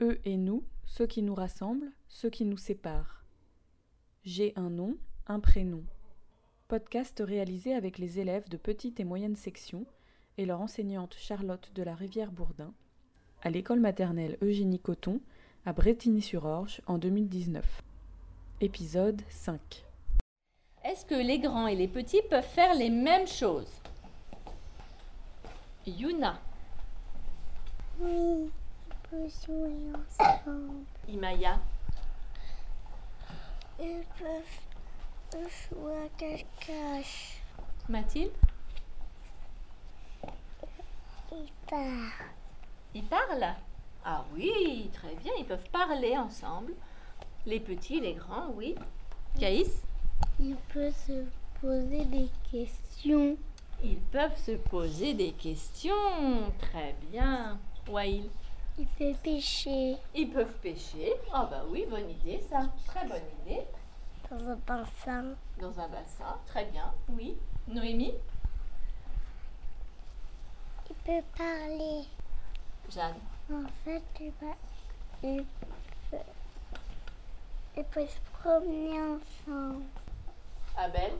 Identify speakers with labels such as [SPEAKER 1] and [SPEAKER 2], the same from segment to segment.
[SPEAKER 1] eux et nous, ce qui nous rassemble, ce qui nous sépare. J'ai un nom, un prénom. Podcast réalisé avec les élèves de petite et moyenne section et leur enseignante Charlotte de la Rivière-Bourdin à l'école maternelle Eugénie Coton à Bretigny-sur-Orge en 2019. Épisode 5.
[SPEAKER 2] Est-ce que les grands et les petits peuvent faire les mêmes choses Yuna,
[SPEAKER 3] Oui, on peut jouer ensemble.
[SPEAKER 2] Imaya,
[SPEAKER 3] Ils peuvent jouer à cache-cache.
[SPEAKER 2] Mathilde,
[SPEAKER 3] Ils partent.
[SPEAKER 2] ils parlent Ah oui, très bien, ils peuvent parler ensemble. Les petits, les grands, oui. Caïs,
[SPEAKER 3] Ils peuvent se poser des questions.
[SPEAKER 2] ils peuvent se poser des questions. Très bien. Wail,
[SPEAKER 3] Ils peuvent pêcher.
[SPEAKER 2] ils peuvent pêcher. Ah bah oui, bonne idée ça. Très bonne idée.
[SPEAKER 3] Dans un bassin,
[SPEAKER 2] Dans un bassin, très bien. Oui. Noémie,
[SPEAKER 3] ils peuvent parler.
[SPEAKER 2] Jeanne.
[SPEAKER 3] En fait, ils peuvent, ils peuvent- ils peuvent se promener ensemble.
[SPEAKER 2] Abel,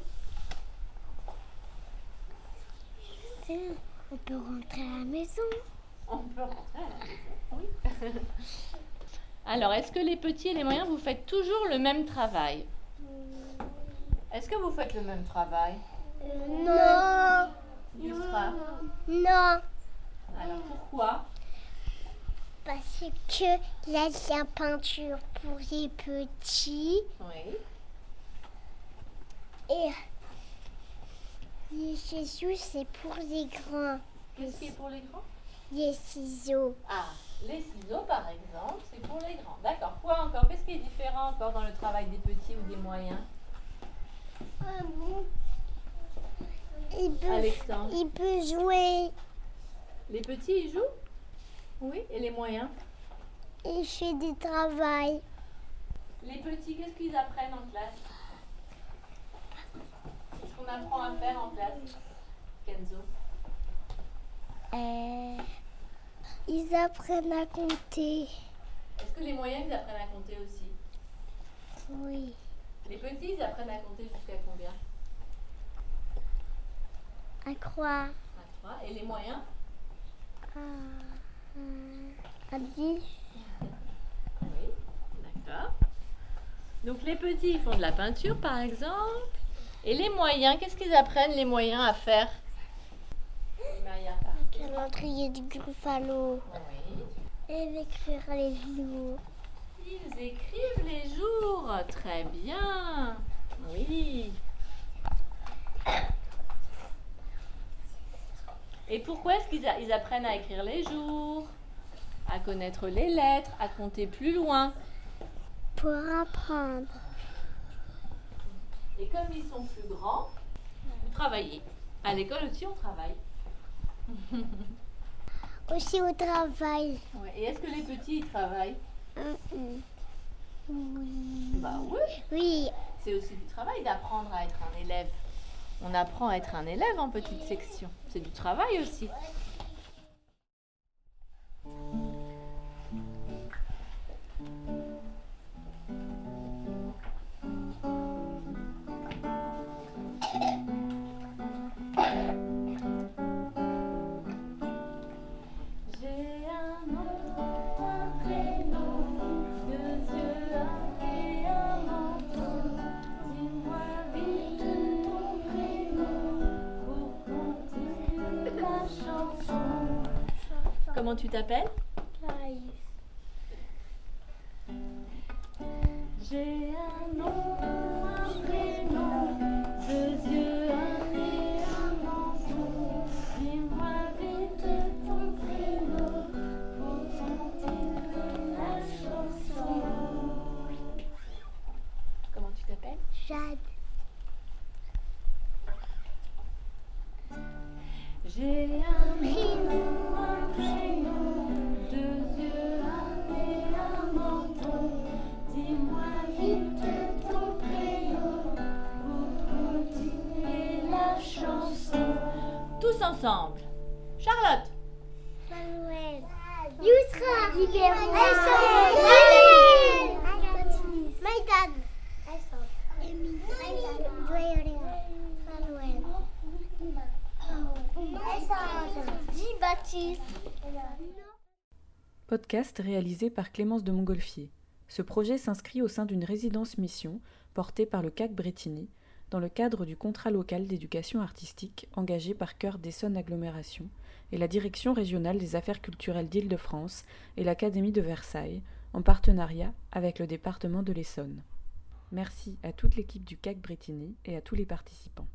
[SPEAKER 3] C'est- On peut rentrer à la maison.
[SPEAKER 2] on peut rentrer Alors, est-ce que les petits et les moyens, vous faites toujours le même travail Est-ce que vous faites le même travail
[SPEAKER 3] Euh, non,
[SPEAKER 2] Yusra
[SPEAKER 3] non.
[SPEAKER 2] Alors, pourquoi
[SPEAKER 3] Parce que là, c'est la peinture pour les petits
[SPEAKER 2] Oui.
[SPEAKER 3] et les ciseaux, c'est pour les grands.
[SPEAKER 2] Qu'est-ce qui est pour les grands
[SPEAKER 3] Les ciseaux,
[SPEAKER 2] Ah, les ciseaux, par exemple, c'est pour les grands. D'accord. Quoi encore Qu'est-ce qui est différent encore dans le travail des petits ou des moyens
[SPEAKER 3] il peut,
[SPEAKER 2] Alexandre
[SPEAKER 3] il peut jouer,
[SPEAKER 2] Les petits, ils jouent Oui. Et les moyens
[SPEAKER 3] il fait du travail.
[SPEAKER 2] Les petits, qu'est-ce qu'ils apprennent en classe Qu'est-ce qu'on apprend à faire en classe Kenzo
[SPEAKER 3] Euh, ils apprennent à compter.
[SPEAKER 2] Est-ce que les moyens, ils apprennent à compter aussi
[SPEAKER 3] Oui.
[SPEAKER 2] Les petits, ils apprennent à compter jusqu'à combien
[SPEAKER 3] À croire.
[SPEAKER 2] À 3. Et les moyens
[SPEAKER 3] À, à, à dix.
[SPEAKER 2] Oui. D'accord. Donc les petits, ils font de la peinture, par exemple. Et les moyens, qu'est-ce qu'ils apprennent, les moyens, à faire Maya.
[SPEAKER 3] Calendrier du Gruffalo.
[SPEAKER 2] Oui.
[SPEAKER 3] Et d'écrire les jours.
[SPEAKER 2] Ils écrivent les jours. Très bien. Oui. Et pourquoi est-ce qu'ils a- ils apprennent à écrire les jours, à connaître les lettres, à compter plus loin
[SPEAKER 3] Pour apprendre.
[SPEAKER 2] Et comme ils sont plus grands, vous travaillez. À l'école aussi, on travaille.
[SPEAKER 3] Aussi au travail.
[SPEAKER 2] Et est-ce que les petits, ils travaillent
[SPEAKER 3] Oui.
[SPEAKER 2] Bah oui.
[SPEAKER 3] Oui,
[SPEAKER 2] C'est aussi du travail d'apprendre à être un élève. On apprend à être un élève en petite section. C'est du travail aussi. J'ai un nom, un prénom, deux yeux, un nez, un menton. Dis-moi vite ton prénom pour continuer ma chanson. Comment tu t'appelles J'ai un nom, un prénom, deux yeux, un nez, un menton. Dis-moi vite ton prénom pour continuer la chanson. Comment tu t'appelles
[SPEAKER 3] Jade.
[SPEAKER 2] J'ai un nom, un prénom, deux yeux, un nez, un menton. Dis-moi vite ton prénom pour continuer la chanson. Tous ensemble. Charlotte.
[SPEAKER 3] Manuel. Yusra. Libéral. six.
[SPEAKER 1] Podcast réalisé par Clémence de Montgolfier. Ce projet s'inscrit au sein d'une résidence mission portée par le CAC Bretigny dans le cadre du contrat local d'éducation artistique engagé par Cœur d'Essonne Agglomération et la Direction régionale des affaires culturelles d'Île-de-France et l'Académie de Versailles en partenariat avec le département de l'Essonne. Merci à toute l'équipe du CAC Bretigny et à tous les participants.